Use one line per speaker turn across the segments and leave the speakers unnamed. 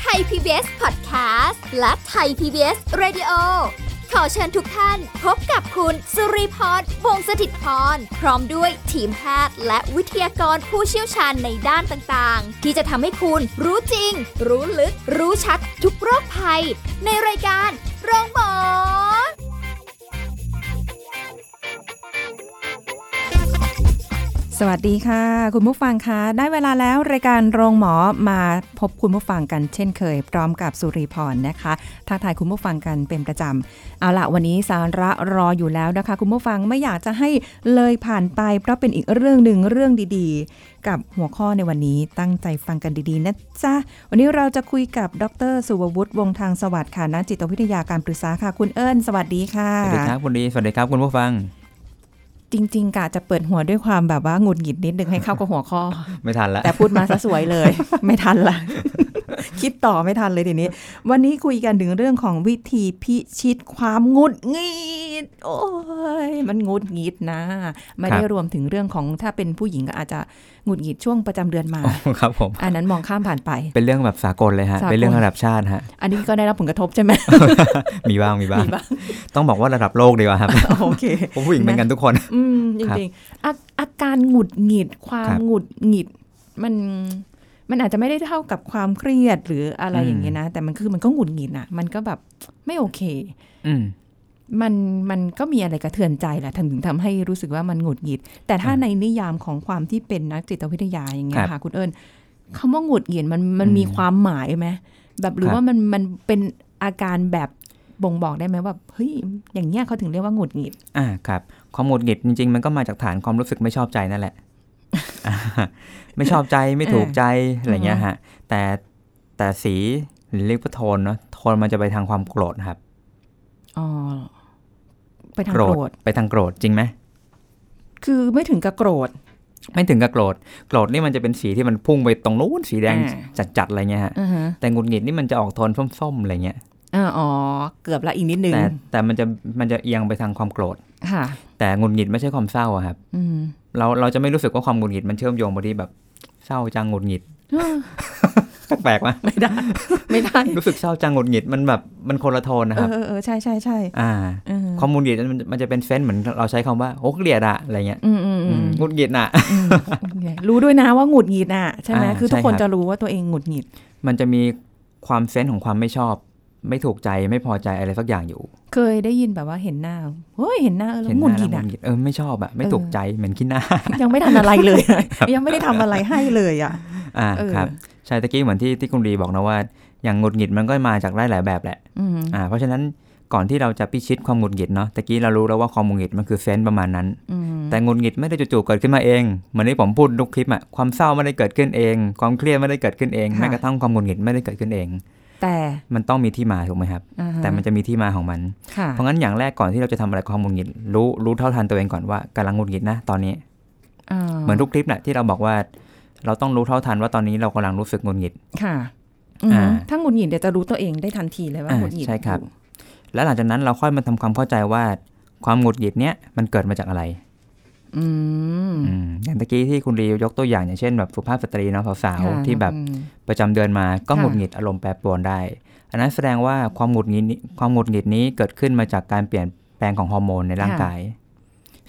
ไทย PBS Podcast และไทย PBS Radio ขอเชิญทุกท่านพบกับคุณสุริพรวงศสถิตพร พร้อมด้วยทีมแพทย์และวิทยากรผู้เชี่ยวชาญในด้านต่างๆ ที่จะทำให้คุณรู้จริง รู้ลึก รู้ชัดทุกโรคภัย ในรายการโรงพยาบาล
สวัสดีค่ะ คุณผู้ฟังคะได้เวลาแล้วรายการโรงหมอมาพบคุณผู้ฟังกันเช่นเคย พร้อมกับสุริพรนะคะทักทายคุณผู้ฟังกันเป็นประจำเอาละวันนี้สาระรออยู่แล้วนะคะ คุณผู้ฟังไม่อยากจะให้เลยผ่านไป เพราะเป็นอีกเรื่องหนึ่งเรื่องดีๆ กับหัวข้อในวันนี้ตั้งใจฟังกันดีๆนะจ๊ะวันนี้เราจะคุยกับดรสุวัวุฒิวงศ์ทางสวัสดิ์ค่ะนักจิตวิทยาการปรึกษาค่ะคุณเอิญสวัสดีค่ะ
สวัสดีครับคุณดีสวัสดีครับคุณผู้ฟัง
จริงๆกะจะเปิดหัวด้วยความแบบว่าหงุดหงิดนิดนึงให้เข้ากับหัวข้อ
ไม่ทันแล้ว
แต่พูดมาซะสวยเลย ไม่ทันละ คิดต่อไม่ทันเลยทีนี้ วันนี้คุยกันถึงเรื่องของวิธีพิชิตความหงุดหงิดโอ้ยมันหงุดหงิดนะ ไม่ได้รวมถึงเรื่องของถ้าเป็นผู้หญิงก็อาจจะหงุดหงิดช่วงประจำเดือนมา
โอ้ ครับผม
อันนั้นมองข้ามผ่านไป
เป็นเรื่องแบบสากลเลยฮะ
สากล
เป็นเรื่องระดับชาติฮะ
อันนี้ก็ได้รับผลกระทบใช่ไหม
มีบ้างมีบ้าง
มีบ้าง
ต้องบอกว่าระดับโลกดีก ว่าครับ
โอเค
เพราะผู้หญิงเป็นกันทุกคน
อืมจริงๆอาอาการหงุดหงิด ความ
ครับ
หงุดหงิด มันมันอาจจะไม่ได้เท่ากับความเครียดหรืออะไร
อืม
อย่างเงี้ยนะ แต่มันคือมันก็หงุดหงิดอ่ะ มันก็แบบไม่โอเค
อืม
มันมันก็มีอะไรกระเทือนใจแหละถึงทำให้รู้สึกว่ามันหงุดหงิด แต่ถ้า
อืม
ในนิยามของความที่เป็นนักจิตวิทยาอย่างเงี้
ค
ย
รับ
ค่ะ คุณเอิญคำว่าหงุดหงิดมันมัน
อืม
มีความหมายไหมแบบหรือ
ครับ
ว่ามันมันเป็นอาการแบบบ่งบอกได้ไหมว่าเฮ้ยอย่างเงี้ยเขาถึงเรียกว่าหงุดหงิด
อ่าครับความหงุดหงิดจริงๆ มันก็มาจากฐานความรู้สึกไม่ชอบใจนั่นแหละ อ่าไม่ชอบใจไม่ถูกใจอะไรเงี้ยฮะ แต่แต่สีหรือเรียกว่าโทนเนาะโทนมันจะไปทางความโกรธครับ
อ๋อไปทางโกรธ
ไปทางโกรธจริงไหม
คือไม่ถึงกับโกรธ
ไม่ถึงกับโกรธโกรธนี่มันจะเป็นสีที่มันพุ่งไปตรงนู้นสีแดง
อ่
จัดๆอะไรเงี้ยฮะ
าฮะ
แต่หงุดหงิดนี่มันจะออกโทนส้มๆอะไรเงี้ย
อ่าอ๋อ เกือบละอีกนิดนึง
แต่แต่มันจะมันจะเอียงไปทางความโกรธ
ค่ะ
แต่หงุดหงิดไม่ใช่ความเศร้าอะครับ
อืม
เราเราจะไม่รู้สึกว่าความหงุดหงิดมันเชื่อมโยงไปที่แบบเศร้าจังหงุดหงิด แปลกไหม
ไม่ได้ ไม่ได้
รู้สึกเศร้าจังหงุดหงิดมันแบบมันคนละโทนนะ
เอ
ครับ
อเออเออใช่ใช่ใช่
อ่า
เออ
ความหงุดหงิดมันมันจะเป็นเซนส์เหมือนเราใช้คำว่าโอ้เกลียดอะอะไรเงี้ย
อืมอืมอื
อื
ม
มหงุดหงิดน่ะ
อืมรู้ด้วยนะว่าหงุดหงิดอ่ะใช่ไหม
อ่า
คือทุกคน
ใช่ครับ
จะรู้ว่าตัวเองหงุดหงิด
มันจะมีความเซนส์ของความไม่ชอบ ไม่ถูกใจไม่พอใจอะไรสักอย่างอยู่
เคยได้ยินแบบว่าเห็นหน้าเฮ้ยเห็นหน้าแล้ว
เห็น
ห
ห
งุด
น้า
ห
แล้
งิดอ่ะ
วหงุดหงิดเออไม่ชอบอะไม่
เออ
ถูกใจเหมือนขี้หน้า
ยังไม่ทันอะไรเลย ยังไม่ได้ทำอะไรให้เลยอ่ะ
อ่า
เออ
ครับใช่ตะกี้เหมือนที่ที่คุณดีบอกนะว่า อย่างหงุดหงิดมันก็มาจากได้หลายแบบแหละ
อืม
อ่าเพราะฉะนั้นก่อนที่เราจะพิชิตความหงุดหงิดเนาะตะกี้เรารู้แล้วว่าความหงุดหงิดมันคือเซนส์ประมาณนั้น
อืม
แต่หงุดหงิดไม่ได้จู่ๆเกิดขึ้นมาเองเหมือนที่ผมพูดทุกคลิปอะความเศร้าไม่ได้เกิดขึ้นเอง ความเครียดไม่ได้เกิดขึ้นเองแม้กระทั่งความหงุดหงิดไม่ได้เกิดขึ้นเอง
แต่
มันต้องมีที่มาถูกไหมครับ
อ่าฮ
แต่มันจะมีที่มาของมัน
ค่ะ
เพราะงั้นอย่างแรกก่อนที่เราจะทำอะไรกับความหงุดหงิดรู้รู้เท่าทันตัวเองก่อนว่ากำลังหงุดหงิดนะตอนนี้
า
เหมือนทุกคลิปแหละที่เราบอกว่า เราต้องรู้เท่าทันว่าตอนนี้เรากำลังรู้สึกหงุดหงิด
ค่ะอืม
อ่า
ถ้าหงุดหงิดเดี๋ยวจะรู้ตัวเองได้ทันทีเลยว่า
อ่า
หงุดหงิด
ใช่ครับ
อยู่
แล้วหลังจากนั้นเราค่อยมาทำความเข้าใจว่าความหงุดหงิดเนี้ยมันเกิดมาจากอะไร
อืม
อืมอย่างตะกี้ที่คุณรียกตัวอย่างอย่างเช่นแบบสุภาพสตรีเนาะสาว
ค่ะ
ๆที่แบบ
อืม
ประจำเดือนมาก็
ค่ะ
หงุดหงิดอารมณ์แปรปรวนได้ อันนั้นแสดงว่าความหงุดหงิดนี้ความหงุดหงิดนี้เกิดขึ้นมาจากการเปลี่ยนแปลงของฮอร์โมนในร่างกาย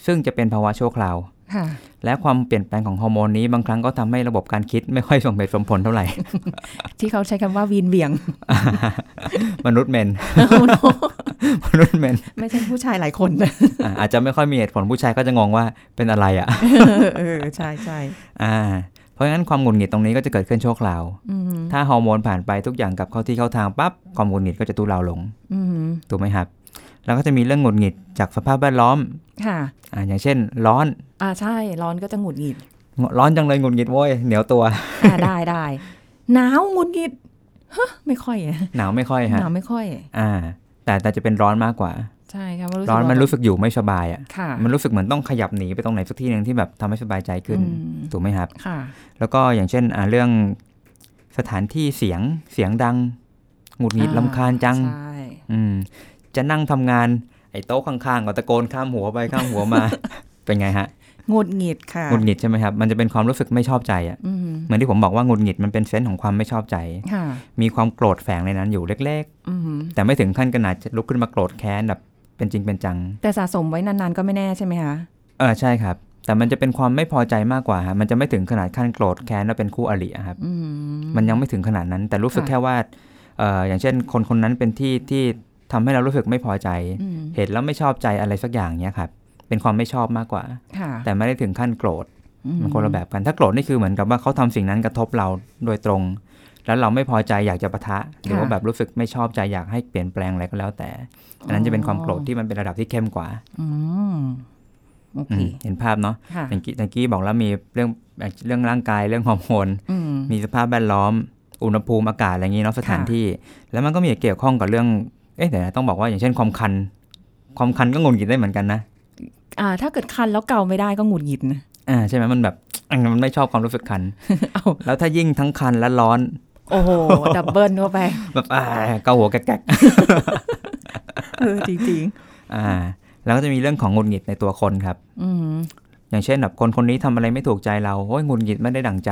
ซึ่งจะเป็นภาวะชั่วคราว
ค่ะ
และความเปลี่ยนแปลงของฮอร์โมนนี้บางครั้งก็ทำให้ระบบการคิดไม่ค่อยสมเหตุสมผลเท่าไหร่
ที่เขาใช้คำว่าวีนเวียง
มนุษย์เมน มนุษย์เมน
ไม่ใช่ผู้ชายหลายคนนะ
อ่ะอาจจะไม่ค่อยมีเหตุผลผู้ชายก็จะงงว่าเป็นอะไรอ่ะ
เออใช่ใช่
อ่า เพราะงั้นความหงุดหงิดตรงนี้ก็จะเกิดขึ้นชั่วคราว
อืม
ถ้าฮอร์โมนผ่านไปทุกอย่างกลับเข้าที่เข้าทางปั๊บความหงุดหงิดก็จะทุเลาลง
อืม
ถูกไหมครับ แล้วก็จะมีเรื่องหงุดหงิดจากสภาพแวดล้อม
ค่ะ
อ่าอย่างเช่น ร้อน
อ่าใช่ร้อนก็จะหงุดหงิด
ร้อนจังเลยหงุดหงิดโว้ยเหนียวตัว
อ่าได้ได้หนาวหงุดหงิดฮะไม่ค่อยอะ
หนาวไม่ค่อย
ห
ฮะ
นาวไม่ค่อย
อ่า แต่แต่จะเป็นร้อนมากกว่า
ใช่ครับว่า
ร้อนมัน
ว่า
รู้สึกอยู่ไม่สบายอ่ะ
ค่ะ
มันรู้สึกเหมือนต้องขยับหนีไปตรงไหนสักที่หนึ่งที่แบบทำให้สบายใจขึ้น
อืม
ถูกไหมครับ
ค่ะ
แล้วก็อย่างเช่นอ่าเรื่องสถานที่เสียงเสียงดังหงุดหงิด
อ่า
ลำคาญจัง
ใช่
อืมจะนั่งทำงาน ไอ้โต๊ะข้างๆก็ตะโกนข้ามหัวไปข้ามหัวมา เป็นไงฮะ
งดหงิดค่ะ
หงุดหงิดใช่ไหมครับ มันจะเป็นความรู้สึกไม่ชอบใจอ่ะ
อืม
เหมือนที่ผมบอกว่าหงุดหงิดมันเป็นเซนส์ของความไม่ชอบใจ
ค่ะ
มีความโกรธแฝงในนั้นอยู่เล็ก
อืม
ๆ แต่ไม่ถึงขั้นขนาดจะลุกขึ้นมาโกรธแค้นแบบเป็นจริงเป็นจัง
แต่สะสมไว้นานๆก็ไม่แน่ใช่ไหมคะ
เออใช่ครับ แต่มันจะเป็นความไม่พอใจมากกว่าฮะมันจะไม่ถึงขนาดขั้นโกรธแค้นแล้วเป็นคู่อริอะครับ
อืม
มันยังไม่ถึงขนาดนั้น แต่รู้สึก
ค่ะ
แค่ว่าเอ่ออย่างเช่น คนคนนั้นเป็นที่ที่ทำให้เรารู้สึกไม่พอใจ
อืม
เหตุแล้วไม่ชอบใจอะไรสักอย่างเนี้ยครับ เป็นความไม่ชอบมากกว่า
ค่ะ
แต่ไม่ได้ถึงขั้นโกรธ
อื
มันคนละแบบกัน ถ้าโกรธนี่คือเหมือนกับว่าเขาทำสิ่งนั้นกระทบเราโดยตรง แล้วเราไม่พอใจอยากจะปะทะ หรือว่าแบบรู้สึกไม่ชอบใจอยากให้เปลี่ยนแปลงอะไรก็แล้วแต่ อันนั้นจะเป็นความโกรธที่มันเป็นระดับที่เข้มกว่า
อืมโอ
อื
เค
มเห็นภาพเนาะ
ค่ะ
อย่างกี้อย่างกี้บอกแล้วมีเรื่องเรื่องร่างกายเรื่องฮอร์โมน
อืม
มีสภาพแวดล้อม อุณหภูมิอากาศอะไรอย่างนี้เนาะสถาน
ค่ะ
ที่ แล้วมันก็มีเกี่ยวข้องกับเรื่อง เอ๊ะเดี๋ยวนะต้องบอกว่าอย่างเช่นความคัน ความคันก็หงุดหงิดได้เหมือนกันนะ
อ่า ถ้าเกิดคันแล้วเกาไม่ได้ก็หงุดหงิดนะ
อ่าใช่ไหมมันแบบ มันไม่ชอบความรู้สึกคัน
เอา
แล้วถ้ายิ่งทั้งคันและร้อน
โอ้โห ดับเบิลเข้าไป
แบบอ่าเกาหัวแกก
เออจริง
ๆอ่า แล้วก็จะมีเรื่องของหงุดหงิดในตัวคนครับ
ๆอืม
อย่างเช่นแบบคนคนนี้ทำอะไรไม่ถูกใจเราโอ้ยหงุดหงิดไม่ได้ดั่งใจ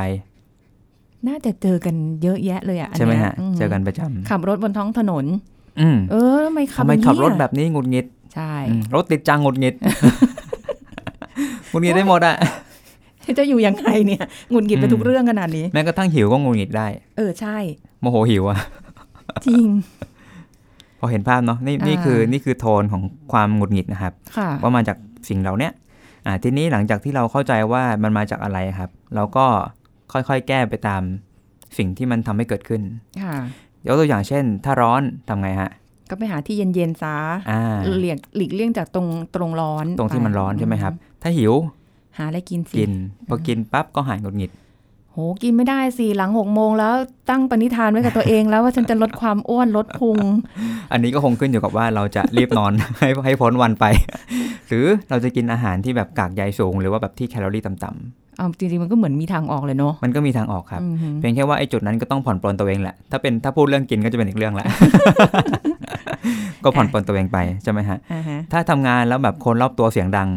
น่าจะเจอกันเยอะแยะเลยอ่ะอัน
ใช่ไหม
เนี้ย
ฮะ
ม
เจอกันประจำ
ขับรถบนท้องถนน
อืม
เออทำไมขับ
ทำไม
ย่าง
ขับ
เงี้ย
รถแบบนี้หงุดหงิด
ใช่
อืมรถติดจังหงุดหงิด หงุดหงิดได้หมดอะ
จะอยู่ยังไงเนี่ยหงุดหงิดไป
อืม
ทุกเรื่องขนาดนี้
แม้กระทั่งหิวก็หงุดหงิดได้
เออใช่
โมโหหิวอะ
จริง
พอเห็นภาพเนาะนี่
อ่านี่
นี่คือนี่คือโทนของความหงุดหงิดนะครับ
ค่ะ
ว่ามาจากสิ่งเหล่าเนี้ยอ่าทีนี้หลังจากที่เราเข้าใจว่ามันมาจากอะไรครับ เราก็ค่อยๆแก้ไปตามสิ่งที่มันทำให้เกิดขึ้น
ค่ะ
ยกตัวอย่างเช่น ถ้าร้อนทำไงฮะ
ก็ไปหาที่เย็นๆซะ
อ่า
หลีกหลีกเลี่ยงจากตรงตรงร้อน
ตรงที่มันร้อนใช่ไหมครับ ถ้าหิว
หาอะไรกินสิ
กินพอกินปั๊บก็หายหงุดหงิด
โหกินไม่ได้สิหลังหกโมงแล้วตั้งปณิธานไว้กับตัวเองแล้วว่าฉันจะลดความอ้วนลดพุง
อันนี้ก็คงขึ้นอยู่กับว่าเราจะรีบนอน ให้ให้พ้นวันไป หรือเราจะกินอาหารที่แบบกากใยสูง หรือว่าแบบที่แคลอรี่ต่ำ
เอาจริงๆมันก็เหมือนมีทางออกเลยเนาะ
ๆมันก็มีทางออกครับ
อืม
เพียงแค่ว่าไอ้จุดนั้นก็ต้องผ่อนปลนตัวเองแหละ ถ้าเป็นถ้าพูดเรื่องกินก็จะเป็นอีกเรื่องละ ก็ผ่อนปลนตัวเองไปใช่ไหมฮะ
อ่าฮะ
ถ้าทำงานแล้วแบบคนรอบตัวเสียงดัง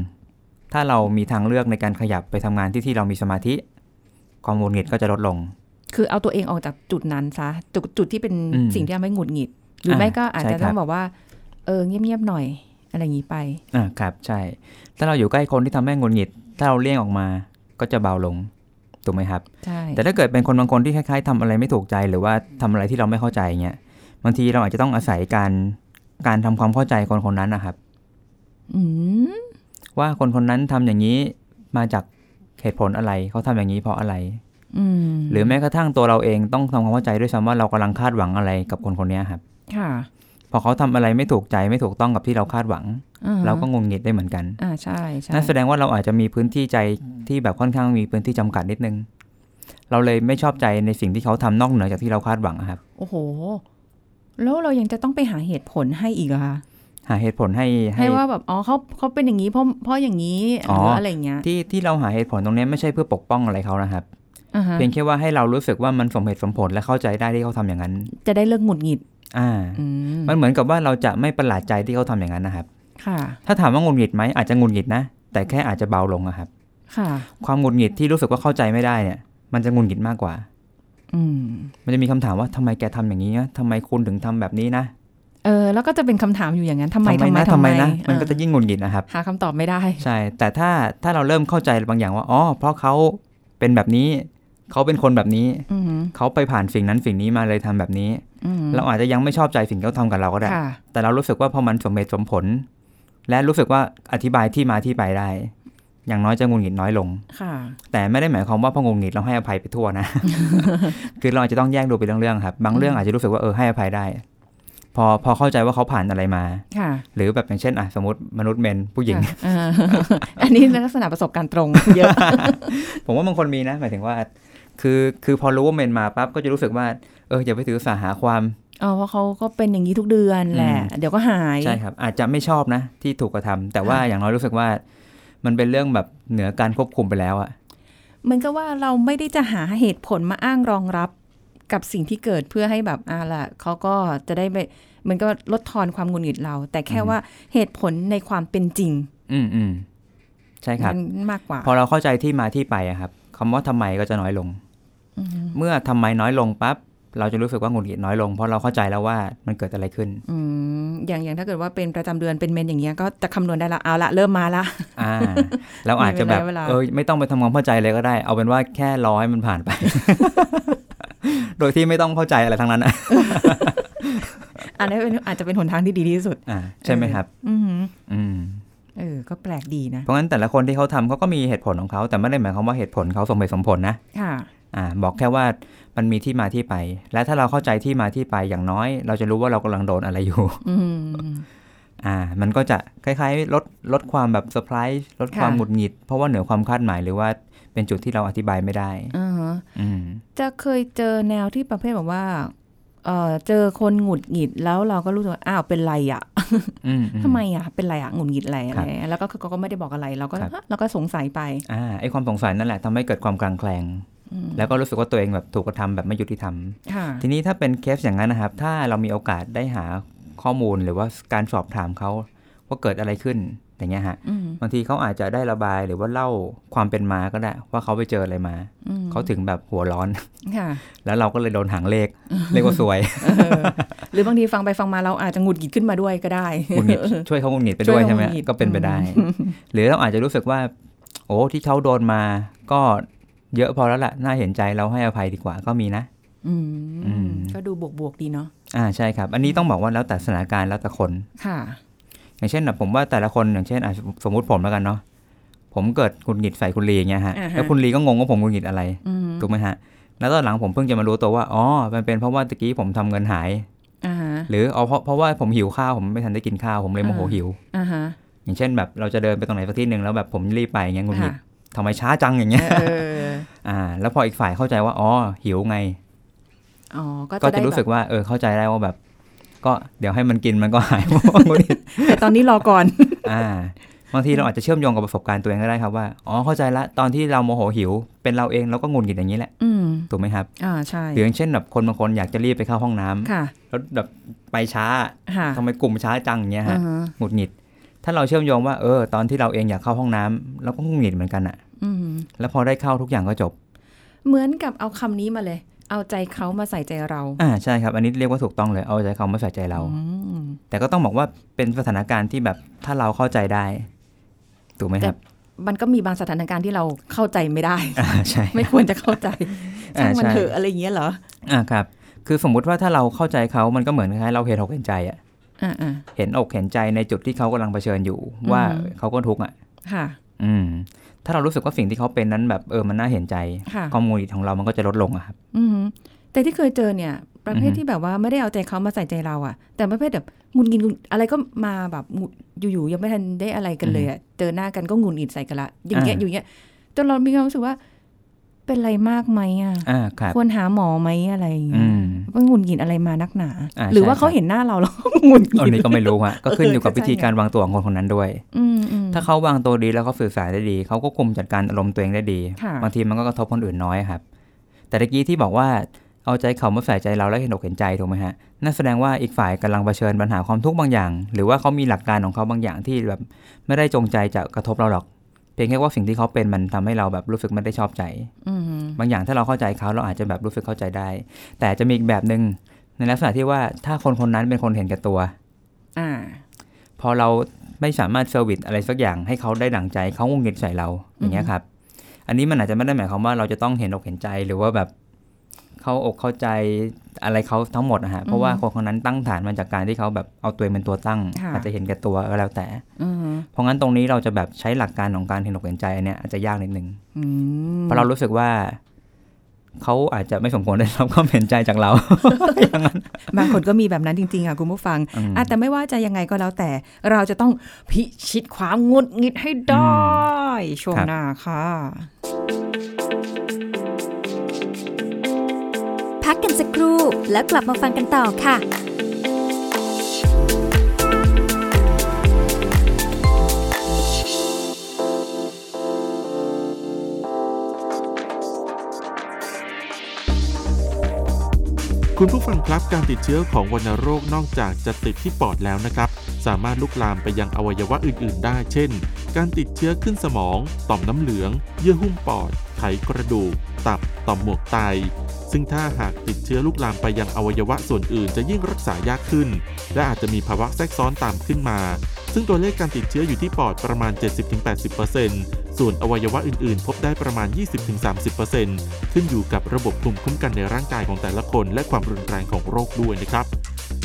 ถ้าเรามีทางเลือกในการขยับไปทำงานที่ที่เรามีสมาธิ ความหงุดหงิดก็จะลดลง
คือเอาตัวเองออกจากจุดนั้นซะจุดจุดที่เป็น
อืม
สิ่งที่ทำให้หงุดหงิด หรืออา ไม่ก็อาจ
ใช่
จะ
ครั
ต้อบ งบอกว่า เออเงียบๆหน่อย อะไรอย่างนี้ไป
อ่าครับ ใช่ ถ้าเราอยู่ใกล้คนที่ทำให้หงุดหงิด ถ้าเราเลี่ยงออกมาก็จะเบาลงถูกไหมครับ
ใช่
แต่ถ้าเกิดเป็นคนบางคนที่คล้ายๆทำอะไรไม่ถูกใจหรือว่าทำอะไรที่เราไม่เข้าใจเงี้ยบางทีเราอาจจะต้องอาศัยการการทำความเข้าใจคนคนนั้นนะครับ
อืม
ว่าคนคนนั้นทำอย่างนี้มาจากเหตุผลอะไรเขาทำอย่างนี้เพราะอะไร
อืม
หรือแม้กระทั่งตัวเราเองต้องทำความเข้าใจด้วยซ้ำว่าเรากำลังคาดหวังอะไรกับคนคนเนี้ยครับ
ค่ะ
พอเขาทำอะไรไม่ถูกใจไม่ถูกต้องกับที่เราคาดหวัง
อ่ฮะ
เราก็งงเงียดได้เหมือนกัน
อ่าใช่ใช่
นั่นแสดงว่าเราอาจจะมีพื้นที่ใจที่แบบค่อนข้างมีพื้นที่จำกัดนิดนึง เราเลยไม่ชอบใจในสิ่งที่เขาทำนอกเหนือจากที่เราคาดหวังอะครับ
โอ้โห แล้วเรายังจะต้องไปหาเหตุผลให้อีกเหรอคะ
หาเหตุผลให้
ให้ว่าแบบอ๋อเขาเขาเป็นอย่างนี้เพราะเพราะอย่างนี้ห
อ๋อ
รืออะไรอย่างเงี้ย
ที่ที่เราหาเหตุผลตรงเนี้ยไม่ใช่เพื่อปกป้องอะไรเขานะครับ
อ่าฮะ
เพียงแค่ว่าให้เรารู้สึกว่ามันสมเหตุสมผลและเข้าใจได้ที่เขาทำอย่างนั้น
จะได้เลิกหงุดหงิด
อ่า
อืม
มันเหมือนกับว่าเราจะไม่ประหลาดใจที่เขาทำอย่างนั้นนะครับ
ค่ะ
ถ้าถามว่าหงุดหงิดไหมอาจจะหงุดหงิดนะ แต่แค่อาจจะเบาลงอะครับ
ค่ะ
ความหงุดหงิดที่รู้สึกว่าเข้าใจไม่ได้เนี่ย มันจะหงุดหงิดมากกว่า
อืม
มันจะมีคำถามว่าทำไมแกทำอย่างนี้นะทำไมคุณถึงทำแบบนี้นะ
เออ แล้วก็จะเป็นคำถามอยู่อย่างนั้นทำไมทำไม
นะ
ทำ
ทำ
ไม
ไมนะ มันก็
อ่า
จะยิ่งหงุดหงิดนะครับ
หาคำตอบไม่ได้
ใช่ แต่ถ้าถ้าเราเริ่มเข้าใจบางอย่างว่า อ๋อ เพราะเขาเป็นแบบนี้ เขาเป็นคนแบบนี้
อืม
เขาไปผ่านสิ่งนั้นสิ่งนี้มาเลยทำแบบนี้
อืม
เราอาจจะยังไม่ชอบใจสิ่งที่เขาทำกับเราก็ได้
ค่ะ
แต่เรารู้สึกว่าพอมันสมเหตุสมผล และรู้สึกว่าอธิบายที่มาที่ไปได้ อย่างน้อยจะงุนหงิดน้อยลง
ค่ะ
แต่ไม่ได้หมายความว่าพองุนหงิดเราให้อภัยไปทั่วนะ คือเราอาจจะต้องแยกดูเป็นเรื่องๆครับ บางเรื่องอาจจะรู้สึกว่าเออให้อภัยได้ พอพอเข้าใจว่าเขาผ่านอะไรมา
ค่ะ
หรือแบบอย่างเช่นอ่ะสมมติมนุษย์เมนผู้ หญิง
ค่ะอ่าอันนี้ลักษณะประสบการณ์ตรงเย อะ
ผมว่าบางคนมีนะ หมายถึงว่า คือคือพอรู้ว่าเมนมาปั๊บก็จะรู้สึกว่าเอออย่าไปถือสาหาความ
อ๋อเพราะเขาก็เป็นอย่างนี้ทุกเดือนแหละ เดี๋ยวก็หาย
ใช่ครับอาจจะไม่ชอบนะที่ถูกกระทำแต่ว่าอย่างน้อยรู้สึกว่า มันเป็นเรื่องแบบเหนือการควบคุมไปแล้วอะ
เหมือนกับว่าเราไม่ได้จะหาเหตุผลมาอ้างรองรับ กับสิ่งที่เกิดเพื่อให้แบบอ่าล่ะเขาก็จะได้ไปมันก็ลดทอนความหงุดหงิดเรา แต่แค่ว่าเหตุผลในความเป็นจริง
อืมอืมใช่ครับ
มันมากกว่า
พอเราเข้าใจที่มาที่ไปอะครับคำว่าทำไมก็จะน้อยลง
ม
เมื่อทำไมน้อยลงปั๊บเราจะรู้สึกว่าหงุดหงิดน้อยลง เพราะเราเข้าใจแล้วว่ามันเกิดอะไร ขึ้น
อืมอย่างอย่างถ้าเกิดว่าเป็นประจำเดือนเป็นเมนอย่างเงี้ยก็จะคำนวณได้ละเอาละเริ่มมาละ
อ่า เราอาจจะแบบ
มีเวลา
เออไม่ต้องไปทำความเข้าใจเลยก็ได้ เอาเป็นว่าแค่รอให้มันผ่านไป โดยที่ไม่ต้องเข้าใจอะไรทั้งนั้น อะ
อันนี้เป็นอาจจะเป็นหนทางที่ดีที่สุด
อ่าใช่ไหมครับ
อือหือ
อืม
เออ ก็แปลกดีนะ
เพราะงั้นแต่ละคนที่เขาทำเขาก็มีเหตุผลของเขา แต่ไม่ได้หมายความว่าเหตุผลเขาสมเหตุสมผลนะ
ค่ะ
อ่าบอกแค่ว่ามันมีที่มาที่ไป และถ้าเราเข้าใจที่มาที่ไปอย่างน้อย เราจะรู้ว่าเรากำลังโดนอะไรอยู่
อืม
อ่า มันก็จะคล้ายๆ ลดลดความแบบเซอร์ไพรส์ลดความ
ค่ะ
หงุดหงิด เพราะว่าเหนือความคาดหมายหรือว่าเป็นจุดที่เราอธิบายไม่ได้
อ่าฮะ
อืม
จะเคยเจอแนวที่ประเภทแบบว่า เออเจอคนหงุดหงิดแล้วเราก็รู้สึกว่าอ้าวเป็นไรอ่ะ
อืมอื
ทำไมอ่ะเป็นไรอ่ะหงุดหงิดอะไรอะ
ค
ไร
รับ
อย่างเงี้ยแล้วก็เขาก็ไม่ได้บอกอะไรเราก็
ครับ
ฮะเราก็สงสัยไป
อ่าไอความสงสัยนั่นแหละทำให้เกิดความกลางแคลง
อืม
แล้วก็รู้สึกว่าตัวเองแบบถูกกระทำแบบไม่ยุติธรรม
ค่ะ
ทีนี้ถ้าเป็นเคสอย่างนั้นนะครับ ถ้าเรามีโอกาสได้หาข้อมูลหรือว่าการสอบถามเขาว่าเกิดอะไรขึ้นอย่างเงี้ยฮะ
อืม
บางทีเขาอาจจะได้ระบายหรือว่าเล่าความเป็นมาก็ได้ ว่าเขาไปเจออะไรมา
อืม
เขาถึงแบบหัวร้อน
ค่ะ
แล้วเราก็เลยโดนหางเล ข เรียกว่าสวย
เออหรือบางทีฟังไปฟังมาเราอาจจะหงุดหงิดขึ้นมาด้วยก็ได้
หงุดหงิดช่วยเขาหงุดหงิดไป
ช่
ด้
ว
วยย
เขา
ใช่ไหม
หงุดหงิด
ก็เป็นไปได้ หรือเราอาจจะรู้สึกว่า โอ้ที่เขาโดนมา ก็เยอะพอแล้วล่ะน่าเห็นใจเราให้อภัยดีกว่าก็มีนะ
อื
อื
ม
ม
ก็ดูบวกๆดีเนาะ
อ่าใช่ครับ อันนี้ต้องบอกว่าแล้วแต่สถานการณ์แล้วแต่คน
ค่ะ
อย่างเช่นแบบผมว่าแต่ละคนอย่างเช่นอ่ะสมสมมติผมแล้วกันเนาะผมเกิดหงุดหงิดใส่คุณลีอย่างเงี้ยฮะ
อ่าฮะ
แล้วคุณลีก็งงว่าผมหงุดหงิดอะไร
อืม
ถูกไหมฮะ แล้วตอนหลังผมเพิ่งจะมารู้ตัวว่า อ๋อ มันเป็นเพราะว่าตะกี้ผมทำเงินหาย
อ่าฮะ
หรือเอาเพราะเพราะว่าผมหิวข้าวผมไม่ทันได้กินข้าวผมเลยโมโห
อ่า
หิว
อ่าฮะ
อย่างเช่นแบบเราจะเดินไปตรงไหนสักที่หนึ่งแล้วแบบผมรีบไปอย่างเงี้ยงุนงิ
ค่ะ
ดทำไมช้าจังอย่างเงี้ย
เออ
อ่า แล้วพออีกฝ่ายเข้าใจว่า อ๋อ หิวไง
อ๋อ ก็
ก็
จะ
จะ
ได้
รู้
แบ
สึ
บ
กว่า เออ เข้าใจได้ว่าแบบ ก็เดี๋ยวให้มันกินมันก็หาย เพราะว่างุนงิด
แต่ตอนนี้รอก่อน
อ่า บางทีเราอาจจะเชื่อมโยงกับประสบการณ์ตัวเองก็ได้ครับว่า อ๋อ เข้าใจละ ตอนที่เราโมโหหิว เป็นเราเองเราก็งุนงิดอย่างนี้แหละ
อืม
ถูกไหมครับ
อ่าใช่
หรืออย่างเช่นแบบคนบางคนอยากจะรีบไปเข้าห้องน้ำ
ค่ะ
แล้วแบบไปช้า
ค่ะ
ทำไมกลุ่มช้าจังอย่างเงี้ย
อ่า
ฮะ
ฮะ
หงุดหงิด ถ้าเราเชื่อมโยงว่าเออตอนที่เราเองอยากเข้าห้องน้ำเราก็หงุดหงิดเหมือนกันอะ
อืม
แล้วพอได้เข้าทุกอย่างก็จบ
เหมือนกับเอาคำนี้มาเลย เอาใจเขามาใส่ใจเรา
อ่าใช่ครับ อันนี้เรียกว่าถูกต้องเลยเอาใจเขามาใส่ใจเรา
อืม
แต่ก็ต้องบอกว่าเป็นสถานการณ์ที่แบบถ้าเราเข้าใจได้ถูกไหมครับ
มันก็มีบางสถานการณ์ที่เราเข้าใจไม่ ได้
อ่าใช่
ไม่ควรจะเข้าใจ
อ่า
ช่างมัน
ใช่
เถอะอะไรอย่างเงี้ยเหรอ
อ่าครับ คือสมมุติว่าถ้าเราเข้าใจเขามันก็เหมือนคล้ายๆเราเห็นอกเห็นใจอะ
อ่าอ่า
เห็นอกเห็นใจในจุดที่เขากำลังเผชิญอยู่ ว่า
อืม
เขาก็ทุกข์อะ
ค่ะ
อืม ถ้าเรารู้สึกว่าสิ่งที่เขาเป็นนั้นแบบเออมันน่าเห็นใจ
ค่ะ
ความหงุดหงิดของเรามันก็จะลดลงอะครับ
อืมแต่ที่เคยเจอเนี่ย ประเภท
อือฮึ
ที่แบบว่าไม่ได้เอาใจเขามาใส่ใจเราอะแต่ประเภทแบบหงุนงินอะไรก็มาแบบหงุดอยู่ๆยังไม่ทันได้อะไรกันเลยอะเจอหน้ากันก็หงุนงิดใส่กันละอย่างเงี้ยอยู่อย่างเงี้ยจนเรามีความรู้สึกว่า เป็นไรมากไหมอะ
อ่าครับ
ควรหาหมอไหมอะไรอย่างเงี้
อื
ย
ม
ว่าหงุนงิดอะไรมานักหนา
อ่า
หรือว่า
ใช่ครับ
เขาเห็นหน้าเราแล้ว หงุน
อัน
งิด
นี้ก็ไม่รู้ฮะ ก็ขึ้นอยู่กับ
เออ
วิ
เข้าใจ
ธีการวางตัวของคนคนนั้นด้วย
อืมอืม
ถ้าเขาวางตัวดีแล้วเขาสื่อสารได้ดี เขาก็คุมจัดการอารมณ์ตัวเองได้ดี
ค่ะ
บางทีมันก็กระทบคนอื่นน้อยครับ แต่ตะกี้ที่บอกว่าเอาใจเขามาใส่ใจเราแล้วเห็นอกเห็นใจถูกไหมฮะ นั่นแสดงว่าอีกฝ่ายกำลังเผชิญปัญหาความทุกข์บางอย่าง หรือว่าเขามีหลักการของเขาบางอย่างที่แบบไม่ได้จงใจจะกระทบเราหรอก เพียงแค่ว่าสิ่งที่เขาเป็นมันทำให้เราแบบรู้สึกไม่ได้ชอบใจ
อืม
บางอย่างถ้าเราเข้าใจเขาเราอาจจะแบบรู้สึกเข้าใจได้ แต่จะมีอีกแบบหนึ่งในลักษณะที่ว่าถ้าคนคนนั้นเป็นคนเห็นแก่ตัว
อ่า
พอเราไม่สามารถเซอร์วิสอะไรสักอย่างให้เขาได้ดั่งใจเขาหงุดหงิดใส่เราอย่างเงี้ยครับ อันนี้มันอาจจะไม่ได้หมายความว่าเราจะต้องเห็นอกเห็นใจหรือว่าแบบเข้าอกเข้าใจอะไรเขาทั้งหมดนะฮะเพราะว่าคนคนนั้นตั้งฐานมาจากการที่เขาแบบเอาตัวเองเป็นตัวตั้ง
ค่ะ
อาจจะเห็นแก่ตัวก็แล้วแต่
อืม
เพราะงั้นตรงนี้เราจะแบบใช้หลักการของการเห็นอกเห็นใจอันเนี้ยอาจจะยากนิดนึง
อืม
เพราะเรารู้สึกว่าเขาอาจจะไม่สมควรได้รับความเห็นใจจากเรา อย่างนั้น
บางคนก็มีแบบนั้นจริงๆค่ะคุณผู้ฟัง
อืม
อ่ะแต่ไม่ว่าจะยังไงก็แล้วแต่เราจะต้องพิชิตความงุดงิดให้ได้ ช่วง
ครับ
หน้าค่ะ
พักกันสักครู่แล้วกลับมาฟังกันต่อค่ะ
「 คุณผู้ฟังครับการติดเชื้อของวัณโรคนอกจากจะติดที่ปอดแล้วนะครับ สามารถลุกลามไปยังอวัยวะอื่น ๆ ได้ เช่น การติดเชื้อขึ้นสมอง ต่อมน้ำเหลือง เยื่อหุ้มปอด ไขกระดูก ตับ ต่อมหมวกไต ซึ่งถ้าหากติดเชื้อลุกลามไปยังอวัยวะส่วนอื่นจะยิ่งรักษายากขึ้น และอาจจะมีภาวะแทรกซ้อนตามขึ้นมา ซึ่งตัวเลขการติดเชื้ออยู่ที่ปอดประมาณ 70-80%ส่วนอวัยวะอื่น ๆ พบได้ประมาณ 20-30% ขึ้นอยู่กับระบบภูมิคุ้มกันในร่างกายของแต่ละคน และความรุนแรงของโรคด้วยนะครับ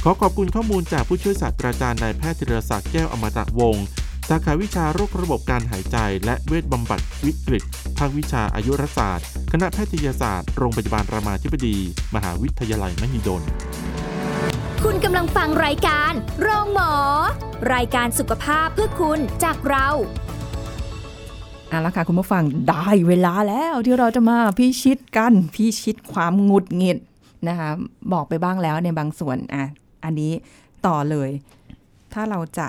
ขอขอบคุณข้อมูลจากผู้ช่วยศาสตราจารย์นายแพทย์ธีรศักดิ์แก้วอมตะวงศ์สาขาวิชาโรคระบบการหายใจ และเวชบำบัดวิกฤต ภาควิชาอายุรศาสตร์ คณะแพทยศาสตร์ โรงพยาบาลรามาธิบดี มหาวิทยาลัยมหิดล
คุณกำลังฟังรายการ โรงหมอ รายการสุขภาพเพื่อคุณจากเรา
เอาละค่ะคุณผู้ฟังได้เวลาแล้วที่เราจะมาพิชิตกันพิชิตความหงุดหงิดนะคะบอกไปบ้างแล้วในบางส่วนอ่ะอันนี้ต่อเลย ถ้าเราจะ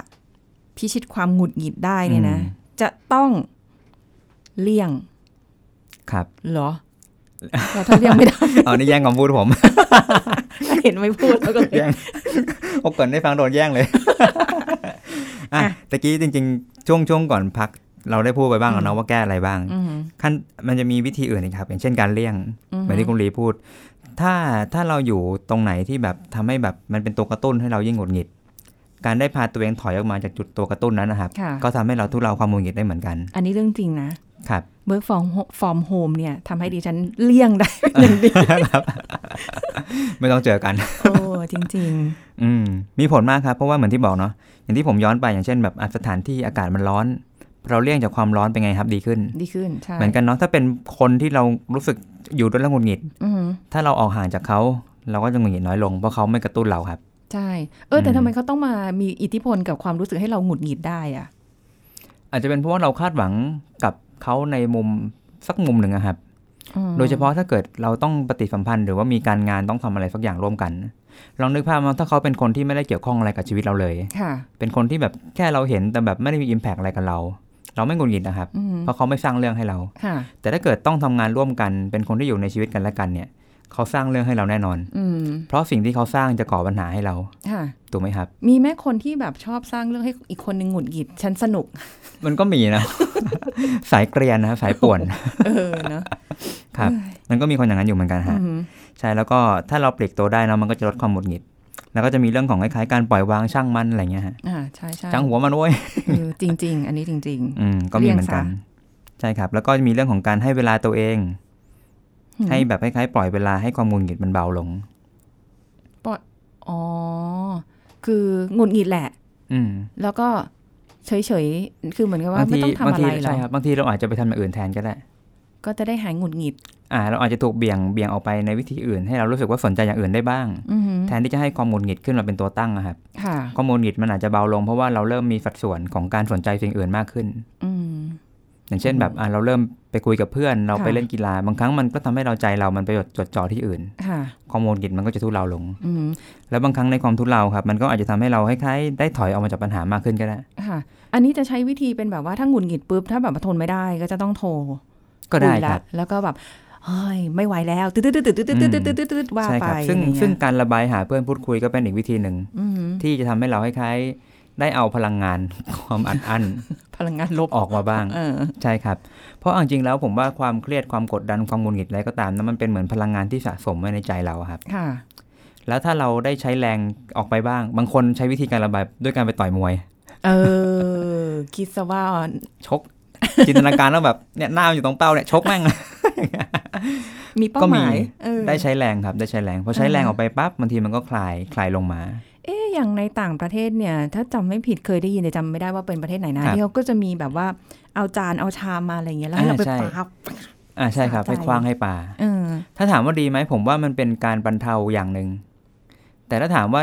พิชิตความหงุดหงิดได้เนี่ยนะ
อืม
จะต้องเลี่ยง
ครับ
เหรอ เราถ้าเลี่ยงไม่ได้
เอานี่แย่งคำพูดผม
เห็นไม่พูดแล้วก็เลย
แย่งโอ้ก่อนได้ฟังโดนแย่ งเลย อ่ะ
อ่ะ
ตะกี้จริงๆ ช่วงช่วงก่อนพัก เราได้พูดไปบ้างแล้วเนาะว่าแก้อะไรบ้าง
อืม
ขั้นมันจะมีวิธีอื่นอีกครับ อย่างเช่นการเลี่ยง
อือฮึ
เหมือนที่คุณลีพูด ถ้าถ้าเราอยู่ตรงไหนที่แบบทำให้แบบมันเป็นตัวกระตุ้นให้เรายิ่งหงุดหงิด การได้พาตัวเองถอยออกมาจากจุดตัวกระตุ้นนั้นนะครับ
ค่ะ
ก็ทำให้เราทุเลาความหงุดหงิดได้เหมือนกัน
อันนี้เรื่องจริงนะครับ เบิร์กฟอร์มฟอร์มโฮมเนี่ยทำให้ดิฉันเลี่ยงได้อย่างดี
ไม่ต้องเจอกัน
โอ้จริง
อืมมีผลมากครับ เพราะว่าเหมือนที่บอกเนาะอย่างที่ผมย้อนไปอย่างเช่นแบบอ่ะสถานที่อากาศมันร้อน เราเลี่ยงจากความร้อนเป็นไงครับดีขึ้น
ๆ ดีขึ้นใช่
เหมือนกันเนาะถ้าเป็นคนที่เรารู้สึกอยู่ด้วยแล้วหงุดหงิด
อือฮึ
ถ้าเราออกห่างจากเขา เราก็จะหงุดหงิดน้อยลงเพราะเขาไม่กระตุ้นเราครับ
ใช่ เออ แต่
อืม
ทำไมเขาต้องมามีอิทธิพลกับความรู้สึกให้เราหงุดหงิดได้อะ
อาจจะเป็นเพราะว่าเราคาดหวังกับเขาในมุมสักมุมหนึ่งอะครับ
อืม
โดยเฉพาะถ้าเกิดเราต้องปฏิสัมพันธ์ หรือว่ามีการงานต้องทำอะไรสักอย่างร่วมกัน ลองนึกภาพมาถ้าเขาเป็นคนที่ไม่ได้เกี่ยวข้องอะไรกับชีวิตเราเลย
ค่ะ
เป็นคนที่แบบแค่เราเห็นแต่แบบไม่ได้มีอิมแพกอะไรกับเรา เราไม่หงุดหงิดนะครับ
อืม
เพราะเขาไม่สร้างเรื่องให้เรา
ค่ะ
แต่ถ้าเกิดต้องทำงานร่วมกัน เป็นคนที่อยู่ในชีวิตกันและกันเนี่ย เขาสร้างเรื่องให้เราแน่นอน
อืม
เพราะสิ่งที่เขาสร้างจะก่อปัญหาให้เรา
ค่ะ
ถูกไหมครับ
มีแม่คนที่แบบชอบสร้างเรื่องให้อีกคนหนึ่งหงุดหงิด ฉันสนุก
มันก็มีนะ สายเกรียนนะครับสายป่วน
เออ เนอะ
ครับ มันก็มีคนอย่างนั้นอยู่เหมือนกัน
อื
ฮะ
ม
ใช่แล้วก็ถ้าเราปลีกตัวได้เนอะมันก็จะลดความหงุดหงิด แล้วก็จะมีเรื่องของคล้ายๆการปล่อยวางช่างมันอะไรเงี้ยฮะ
อ่า ใช่ใช่
ช่างหัวมันโว้ย
เออจริง ๆ อันนี้จริง
อืมก็มีเหมือนกัน
เลี่ยง
ใช่ครับ แล้วก็มีเรื่องของการให้เวลาตัวเอง
ๆ
ให้แบบคล้ายๆปล่อยเวลาให้ความหงุดหงิดมันเบาลง
อ๋อ คือหงุดหงิดแหละ
อืม
แล้วก็เฉยๆ คือเหมือนกับว่า
บาง
ไม่
ที
ต้องทำอะ
บางที
ไรหรอ
ใช่ครับบางทีเราอาจจะไปทำอย่างอื่นแทนก็ได้
ก็จะได้หายหงุดหงิด
อ่าเราอาจจะถูกเบี่ยงเบี่ยงออกไปในวิธีอื่น ให้เรารู้สึกว่าสนใจอย่างอื่นได้บ้าง
อือหือ
แทนที่จะให้ความหงุดหงิดขึ้นมาเป็นตัวตั้งอะครับ
ค่ะ
ความหงุดหงิดมันอาจจะเบาลงเพราะว่าเราเริ่มมีสัดส่วนของการสนใจสิ่งอื่นมากขึ้น
อืม
อย่างเช่นแบบอ่าเราเริ่มไปคุยกับเพื่อน เราไป
ค่ะ
เล่นกีฬาบางครั้งมันก็ทำให้เราใจเรามันไปจดจ่อที่อื่น
ค่ะ
ความหงุดหงิดมันก็จะทุเลาลง
อืม
แล้วบางครั้งในความทุเลาครับมันก็อาจจะทำให้เราคล้ายๆได้ถอยออกมาจากปัญหามากขึ้นก็ได้
ค่ะ อันนี้จะใช้วิธีเป็นแบบว่าถ้าหงุดหงิดปุ๊บ ถ้าแบบว่าทนไม่ได้ก็จะต้องโทร
ก็ได้
คุยละ
ครับ
แล้วก็แบบเฮ้ยไม่ไหวแล้วตืดตืดตืดตืดตืดตืดตืดตืดว่า
ใช่
ไป
ครับซึ่ง
อะไรเย
ซึ่งการระบายหาเพื่อนพูดคุยก็เป็นอีกวิธีหนึ่ง
อืม
ที่จะทำให้เราคล้ายๆได้เอาพลังงาน ความอัดอั้น
พลังงานล
ล
บบ
ออกมาบ้าง
เออ
ใช่ครับ เพราะเอาจริงๆแล้วผมว่าความเครียดความกดดันความหงุดหงิดอะไรก็ตามนะมันเป็นเหมือนพลังงานที่สะสมไว้ในใจเราอะครับ
ค่ะ
แล้วถ้าเราได้ใช้แรงออกไปบ้าง บางคนใช้วิธีการระบายด้วยการไปต่อยมวย
เออ คิดซะว่า
ชก จินตนาการแล้วแบบเนี่ยหน้ามันอยู่ตรงเป้าเนี่ยชกแม่ง
มีเป้า
ก็
ห
มี
มายเออ
ได้ใช้แรงครับได้ใช้แรงพอใช้แรงออกไปปั๊บบางทีมันก็คลายคลายลงมา
เอ๊ะอย่างในต่างประเทศเนี่ย ถ้าจำไม่ผิดเคยได้ยินแต่จำไม่ได้ว่าเป็นประเทศไหนนะครับ ที่เขาก็จะมีแบบว่าเอาจานเอาชามมาอะไรเงี้ยแล้วให้เราไป
อ่าใช่
ปาบ
อ่าใช่ครับ
สะใจ
ไปคว้างให้ปลา
เออ
ถ้าถามว่าดีไหมผมว่ามันเป็นการบรรเทาอย่างหนึ่งแต่ถ้าถามว่า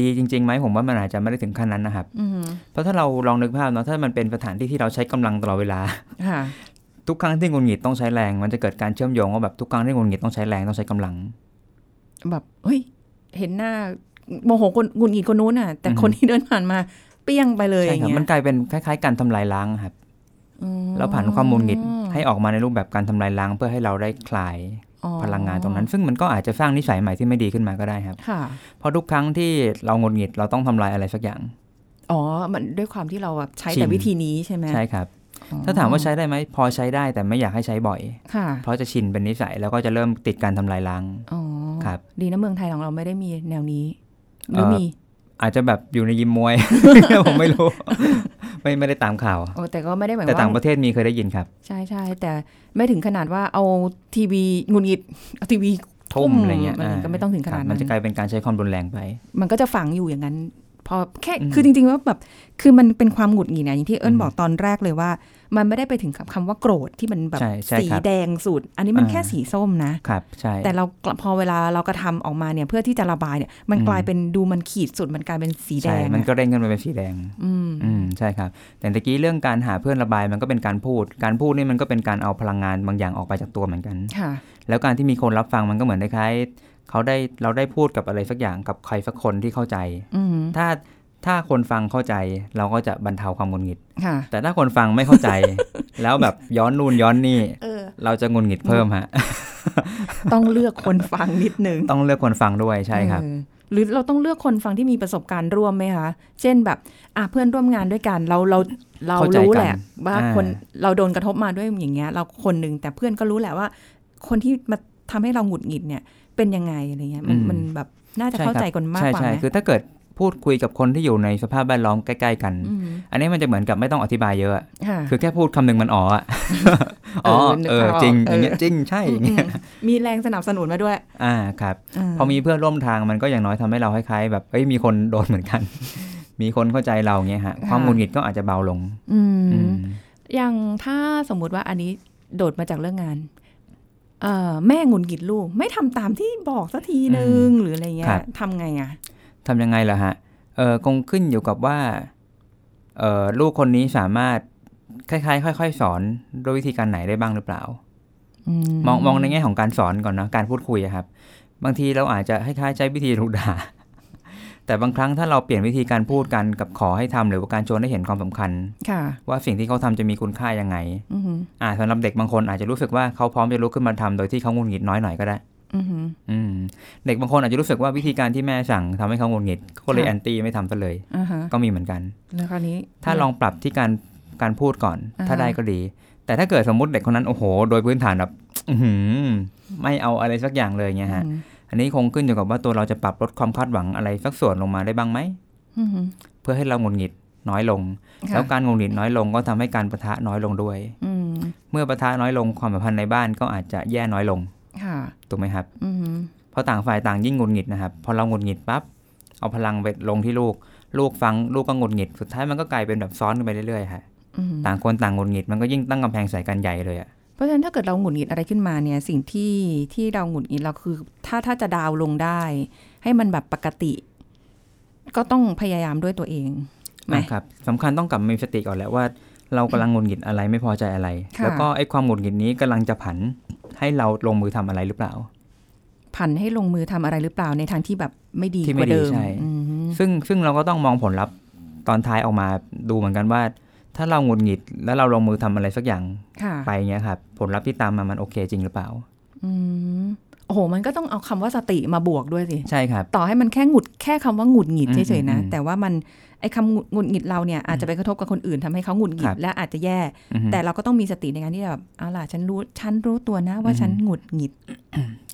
ดีจริงๆไหมผมว่ามันอาจจะไม่ได้ถึงขั้นนั้นนะครับ
อืม
เพราะถ้าเราลองนึกภาพเนาะถ้ามันเป็นสถานที่ที่เราใช้กำลังตลอดเวลา
ค่ะ
ทุกครั้งที่หงุนหงิดต้องใช้แรง มันจะเกิดการเชื่อมโยงว่าแบบทุกครั้งที่หงุนหงิดต้องใช้แรงต้องใช้กำลัง
แบบเฮ้ยเห็นหน้าโมโหคนหงุดหงิดคนนู้นน่ะ แต่
อือฮึ
คนที่เดินผ่านมาเปี้ยงไปเลยอ
ใช่
ย่าง
ครับ
เงี้ย
มันกลายเป็นคล้ายๆการทำลายล้างครับ
อ๋อ
เราผ่านความหงุนหงิดให้ออกมาในรูปแบบการทำลายล้างเพื่อให้เราได้คลาย
อ๋อ
พลังงานตรงนั้น ซึ่งมันก็อาจจะสร้างนิสัยใหม่ที่ไม่ดีขึ้นมาก็ได้ครับ
ค่ะ
เพราะทุกครั้งที่เราหงุดหงิดเราต้องทำลายอะไรสักอย่าง
อ๋อ มันด้วยความที่เราแบบใช้
ชิ
แต่
น
วิธีนี้ใช่ไหม
ใช่ครับ
อ๋อ
ถ้าถามว่าใช้ได้ไหมพอใช้ได้แต่ไม่อยากให้ใช้บ่อย
ค่ะ
เพราะจะชินเป็นนิสัยแล้วก็จะเริ่มติดการทำลายล้าง
อ๋อ
ครับ
ดีนะเมืองไทยของเราไม่ได้มีแนวนี้หรือมี
อาจจะแบบอยู่ในยิมมวย ผมไม่รู้ ไม่ไม่ได้ตามข่าว
โอ้แต่ก็ไม่ได้หมาย
แต่
ว่า
ต่างประเทศมีเคยได้ยินครับ
ใช่ใช่แต่ไม่ถึงขนาดว่าเอาทีวีหงุนงิด เอาทีวี
ทุ่ม
ทุ่ม
อะไรเงี้ย
มันก็ไม่ต้องถึงขนาด
ครับ
นั้น
มันจะกลายเป็นการใช้ความรุนแรงไป
มันก็จะฝังอยู่อย่างนั้น พอแค่
อืม
คือจริงๆว่าแบบคือมันเป็นความหงุดหงิดนะอย่างที่เอิญ
อืม
บอกตอนแรกเลยว่า มันไม่ได้ไปถึงกับคำว่าโกรธที่มันแบบ
ใช่ใช่
สี
ครับ
แดงสุด อันนี้มัน
อ่า
แค่สีส้มนะ
ครับ ใช่
แต่เรากลับพอเวลาเรากระทำออกมาเนี่ยเพื่อที่จะระบายเนี่ย มัน
อืม
กลายเป็นดูมันขีดสุดมันกลายเป็นสีแด
ใช่
ง
มัน
อะ
ก็เร่งกันไปเป็นสีแดง
อืม
อืมใช่ครับ แต่ตะกี้เรื่องการหาเพื่อนระบายมันก็เป็นการพูด การพูดนี่มันก็เป็นการเอาพลังงานบางอย่างออกไปจากตัวเหมือนกัน
ค่ะ
แล้วการที่มีคนรับฟังมันก็เหมือนคล้ายๆเขาได้เราได้พูดกับอะไรสักอย่างกับใครสักคนที่เข้าใจ
อืม
ถ้าถ้าคนฟังเข้าใจเราก็จะบรรเทาความหงุดหงิด
ค่ะ
แต่ถ้าคนฟังไม่เข้าใจ แล้วแบบย้อนนู่นย้อนนี่
เออ
เราจะหงุนหงิดเพิ่มฮะ
ต้องเลือกคนฟังนิดนึง
ต้องเลือกคนฟังด้วยใช่ครับ
เออหรือเราต้องเลือกคนฟังที่มีประสบการณ์ร่วมไหมคะ เช่นแบบ อ่ะเพื่อนร่วมงานด้วยกัน เราเราเรา
เข้าใจ
รู้
กัน
แหละ ว่า
อ่า
คนเราโดนกระทบมาด้วยอย่างเงี้ย เราคนหนึ่งแต่เพื่อนก็รู้แหละว่า คนที่มาทำให้เราหงุดหงิดเนี่ย เป็นยังไงอะไรเงี้ยมันมันแบบน่าจะเข้าใจกันมาก
ใช่
กว่า
ใช่
ไหม
คือถ้าเกิดพูดคุยกับคนที่อยู่ในสภาพแวดล้อมใกล้ๆกัน
ม
อันนี้มันจะเหมือนกับไม่ต้องอธิบายเยอะ
ค่ะ
คือแค่พูดคำหนึ่งมันอ๋ออะ อ๋อ
นึก
เอ
ภา
อ
พออก
จริง
เอออ
อย่างเงี้ยจริงใช่อย่างเงี้ย
มีแรงสนับสนุนมาด้วย
อ่าครับ
า
พอมีเพื่อนร่วมทางมันก็อย่างน้อยทำให้เราคล้ายๆแบบเอ้ยมีคนโดนเหมือน กัน มีคนเข้าใจเราเงี้ยฮะความหงุนหงิดก็อาจจะเบาลง
อืม
อืม
อย่างถ้าสมมุติว่าอันนี้โดดมาจากเรื่องงาน เอ่อแม่หงุดหงิดลูก ไม่ทำตามที่บอกสักทีนึงหรืออะไรเงี้ยทำไงอ่ะ
ทำยังไงล่ะฮะเออคงขึ้นอยู่กับว่าเออลูกคนนี้สามารถคล้ายๆ ค่อย ๆ สอนด้วยวิธีการไหนได้บ้างหรือเปล่า มองมองในแง่ของการสอนก่อนเนอะการพูดคุยอะครับ บางทีเราอาจจะคล้ายๆใช้วิธีถูกด่า แต่บางครั้งถ้าเราเปลี่ยนวิธีการพูดกันกับขอให้ทำหรือว่าการชวนให้เห็นความสำคัญ
ค่ะ
ว่าสิ่งที่เขาทำจะมีคุณค่ายังไง
อือหือ
อ่าสำหรับเด็กบางคนอาจจะรู้สึกว่าเขาพร้อมจะลุกขึ้นมาทำโดยที่เขางุนหงิดน้อยหน่อยก็ได้
อือหือ
อืมเด็กบางคนอาจจะรู้สึกว่าวิธีการที่แม่สั่งทำให้เขางุนหงิดก็เลย
ค่ะ
แอนตี้ไม่ทำซะเลย
อ่าฮะ
ก็มีเหมือนกัน
แล้วคราวนี้
ถ้าลองปรับที่การการพูดก่อน
อ่าฮะ
ถ้าได้ก็ดี แต่ถ้าเกิดสมมติเด็กคนนั้นโอ้โห โดยพื้นฐานแบบ อื้อหือไม่เอาอะไรสักอย่างเลยเงี้ยฮะ
อืม
อันนี้คงขึ้นอยู่กับว่าตัวเราจะปรับลดความคาดหวังอะไรสักส่วนลงมาได้บ้างไหม
อือหือ
เพื่อให้เราหงุดหงิดน้อยลง
ค่ะ
แล้วการหงุดหงิดน้อยลงก็ทำให้การประทะน้อยลงด้วย
อืม
เมื่อประทะน้อยลงความสัมพันธ์ในบ้านก็อาจจะแย่น้อยลง
ค่ะ
ถูกไหมครับ
อือหือ
เพราะต่างฝ่ายต่างยิ่งหงุดหงิดนะครับพอเราหงุดหงิดปั๊บเอาพลังไปลงที่ลูก ลูกฟังลูกก็หงุดหงิดสุดท้ายมันก็กลายเป็นแบบซ้อนกันไปเรื่อยๆค่ะ
อือหือ
ต่างคนต่างหงุดหงิดมันก็ยิ่งตั้งกำแพงใส่กันใหญ่เลยอะ
เพราะฉะนั้นถ้าเกิดเราหงุดหงิดอะไรขึ้นมาเนี่ยสิ่งที่ที่เราหงุดหงิดเราคือ ถ้าถ้าจะดาวน์ลงได้ ให้มันแบบปกติ ก็ต้องพยายามด้วยตัวเองไหม
นะครับสำคัญต้องกลับมามีสติก่อนแหล้วว่า เรากำลังหงุดหงิดอะไรไม่พอใจอะไร
ค่ะ
แล้วก็ไอ้ความหงุดหงิดนี้กำลังจะผันให้เราลงมือทำอะไรหรือเปล่า
ผันให้ลงมือทำอะไรหรือเปล่าในทางที่แบบไม่ดี
ที่
ก
ไม่
ว่าเดิ
ดี
ม
ใช่
อืม
ซึ่งซึ่งเราก็ต้องมองผลลัพธ์ตอนท้ายออกมาดูเหมือนกันว่า ถ้าเราหงุดหงิดแล้วเราลงมือทำอะไรสักอย่าง
ค่ะ
ไปเงี้ยครับผลลัพธ์ที่ตามมามันโอเคจริงหรือเปล่า
อืมโอ้โห มันก็ต้องเอาคำว่าสติมาบวกด้วยสิ
ใช่ครับ
ต่อให้มันแค่หงุดแค่คำว่าหงุดหงิด
อืม
เฉยๆนะ
อืม
แต่ว่ามันไอ้คำหงุดหงุดหงิดเราเนี่ยอาจจะไปกระทบกับคนอื่นทำให้เขาหงุดหงิ
ครั
ด
บ
และอาจจะแย่
อือฮึ
แต่เราก็ต้องมีสติในการที่จะแบบเอาล่ะฉันรู้ฉันรู้ตัวนะ ว่า
อืม
ฉันหงุดหงิด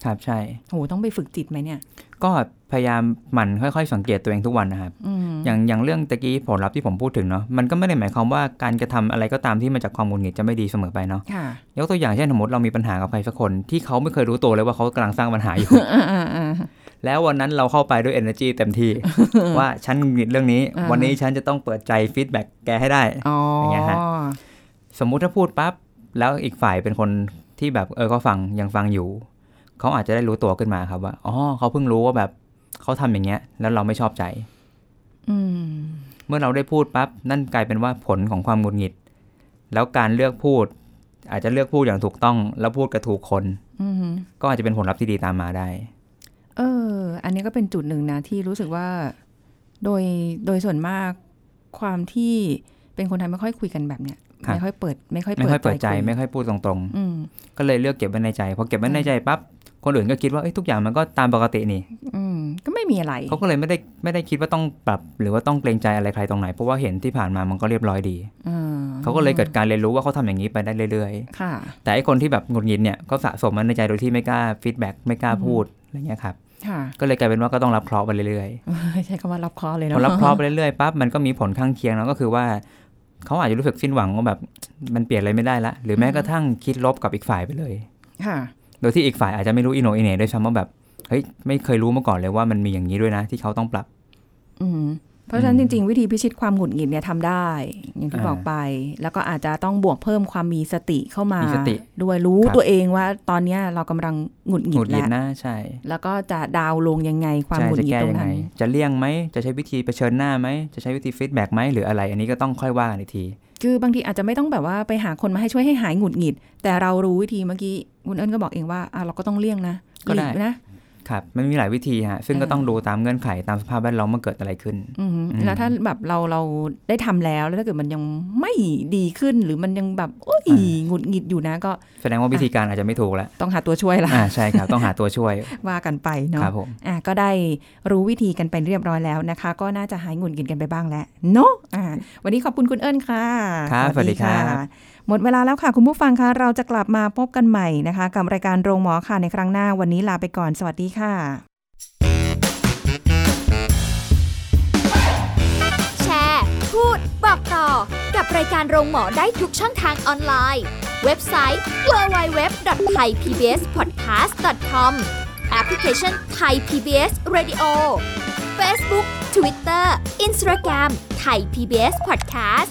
ครับใช่
โหต้องไปฝึกจิตไหมเนี่ย
ก็พยายามหมั่นค่อยๆ สังเกตตัวเองทุกวันนะครับ
อืม
อย่างอย่างเรื่องตะกี้ผลลัพธ์ที่ผมพูดถึงเนาะมันก็ไม่ได้หมายความว่าการกระทำอะไรก็ตามที่มาจากความหงุดหงิดจะไม่ดีเสมอไปเนาะ
ค่ะ
ยกตัวอย่างเช่นสมมติเรามีปัญหากับใครสักคนที่เขาไม่เคยรู้ตัวเลยว่าเขากำลังสร้างปัญหา อยู่
อ่าอ่าอ่า
แล้ววันนั้นเราเข้าไปด้วย energy เต็มที่ ว่าฉันหงุดหงิดเรื่องนี้
อ่า
วันนี้ฉันจะต้องเปิดใจ feedback แกให้ได้
อ๋ออย่าง
เงี้ยฮะ สมมุติถ้าพูดปั๊บแล้วอีกฝ่ายเป็นคนที่แบบเออเขาฟังยังฟังอยู่ เขาอาจจะได้รู้ตัวขึ้นมาครับว่าอ๋อเขาเพิ่งรู้ว่าแบบเขาทำอย่างเงี้ย แล้วเราไม่ชอบใจ
อืม
เมื่อเราได้พูดปั๊บนั่นกลายเป็นว่าผลของความหงุดหงิด แล้วการเลือกพูด อาจจะเลือกพูดอย่างถูกต้อง แล้วพูดกับถูกคน
อืม
ก็อาจจะเป็นผลลัพธ์ที่ดีตามมาได้
เออ อันนี้ก็เป็นจุดหนึ่งนะที่รู้สึกว่า โดยโดยส่วนมากความที่เป็นคนไทยไม่ค่อยคุยกันแบบเนี้ย
ครับ
ไม่ค่อยเปิด ไม่ค่อย
ไม่ค่อยเปิดใจ
คุ
ไม่ค่อยพูดตรง
อืม
ๆ ก็เลยเลือกเก็บไว้ในใจพอเก็บไว้ในใจปั๊บคนอื่นก็คิดว่าเอ้ยทุกอย่างมันก็ตามปกตินี่
อืมก็ไม่มีอะไร
เขาก็เลยไม่ได้ไม่ได้คิดว่าต้องปรับ หรือว่าต้องเกรงใจอะไรใครตรงไหน เพราะว่าเห็นที่ผ่านมามันก็เรียบร้อยดี
อ่
เขาก็เลยเกิดการเรียนรู้ว่าเขาทำอย่างนี้ไปได้เรื่อย
ค่ะ
ๆ แต่ไอ้คนที่แบบหงุดหงิดเนี่ยก็สะสมมันในใจโดยที่ไม่กล้าฟีดแบ็กไม่กล้าพูดอะไรเงี้ยครับ
ค่ะ
ก็เลยกลายเป็นว่าก็ต้องรับเคราะห์ไปเรื่อย
ใช้คำว่ารับเคอเลย
ๆ
เน
พอ
อะ
รับเคราะห์ไปเรื่อยๆปั๊บมันก็มีผลข้างเคียงแล้วก็คือว่าเขาอาจจะรู้สึกสิ้นหวังว่าแบบมันเปลี่ยนอะไรไม่ได้ละ หรือแม้กระทั่งคิดลบกับอีกฝ่ายไปเลย
ค่ะ
โดยที่อีกฝ่ายอาจจะไม่รู้อินโหนอินเหน่ด้วยซ้ำว่าแบบเฮ้ยไม่เคยรู้มาก่อนเลยว่ามันมีอย่างนี้ด้วยนะที่เขาต้องปรับ
อืมเพราะฉะนั้น
อื
จ
ม
ริง ๆ วิธีพิชิตความหงุดหงิดเนี่ยทำได้ อย่างที่
อ่า
บอกไป แล้วก็อาจจะต้องบวกเพิ่มความมีสติเข้ามาม
สติ
ด้วยรู้
ครับ
ตัวเองว่าตอนเนี้ยเรากำลังหงุดห
ห
งิ
งุ
ด
ดหงิด
แล้ว
นะใช่
แล้วก็จะดาวน์ลงยังไงความ
ใช่
หงุด
จะ
หงิด
แก้
ตร
ยัง งไง
นั้น
จะเลี่ยงไหมจะใช้วิธีเผชิญหน้าไหมจะใช้วิธีฟีดแบ็กไหมหรืออะไร อันนี้ก็ต้องค่อยว่ากันอีกที
คือบางทีอาจจะไม่ต้องแบบว่าไปหาคนมาให้ช่วยให้หายหงุดหงิด แต่เรารู้วิธีเมื่อกี้คุณเอิญก็บอกเองว่าอ่ะเราก็ต้องเลี่ยงนะ
ก็ได้
หลีนะ
ครับมันมีหลายวิธีฮะซึ่งก็
อ่า
ต้องดูตามเงื่อนไขตามสภาพแวดล้อมมันเกิดอะไรขึ้น
อืม
อืม
แล้วถ้าแบบเราเราได้ทำแล้วแล้วถ้าเกิดมันยังไม่ดีขึ้นหรือมันยังแบบโอ้ยหงุดหงิดอยู่นะก็
แสดงว่าวิธีการอาจจะไม่ถูกแล้ว
ต้องหาตัวช่วยละ
อ่าใช่ครับ ต้องหาตัวช่วย
ว่ากันไป
ค
เนาะ
รับผม
อ่ะก็ได้รู้วิธีกันไปเรียบร้อยแล้วนะคะ ก็น่าจะหายหงุดหงิดกันไปบ้างแล้วเนาะอ่ะวันนี้ขอบคุณคุณเอิญค่ะ
ครับสวัสดีครับ
ะหมดเวลาแล้วค่ะคุณผู้ฟังคะเราจะกลับมาพบกันใหม่นะคะ กับรายการโรงหมอค่ะในครั้งหน้าวันนี้ลาไปก่อนสวัสดีค่ะ
แชร์ พูด บอกต่อ กับรายการโรงหมอได้ทุกช่องทางออนไลน์ เว็บไซต์ www.thaipbspodcast.com แอปพลิเคชัน Thai PBS Radio Facebook Twitter Instagram Thai PBS Podcast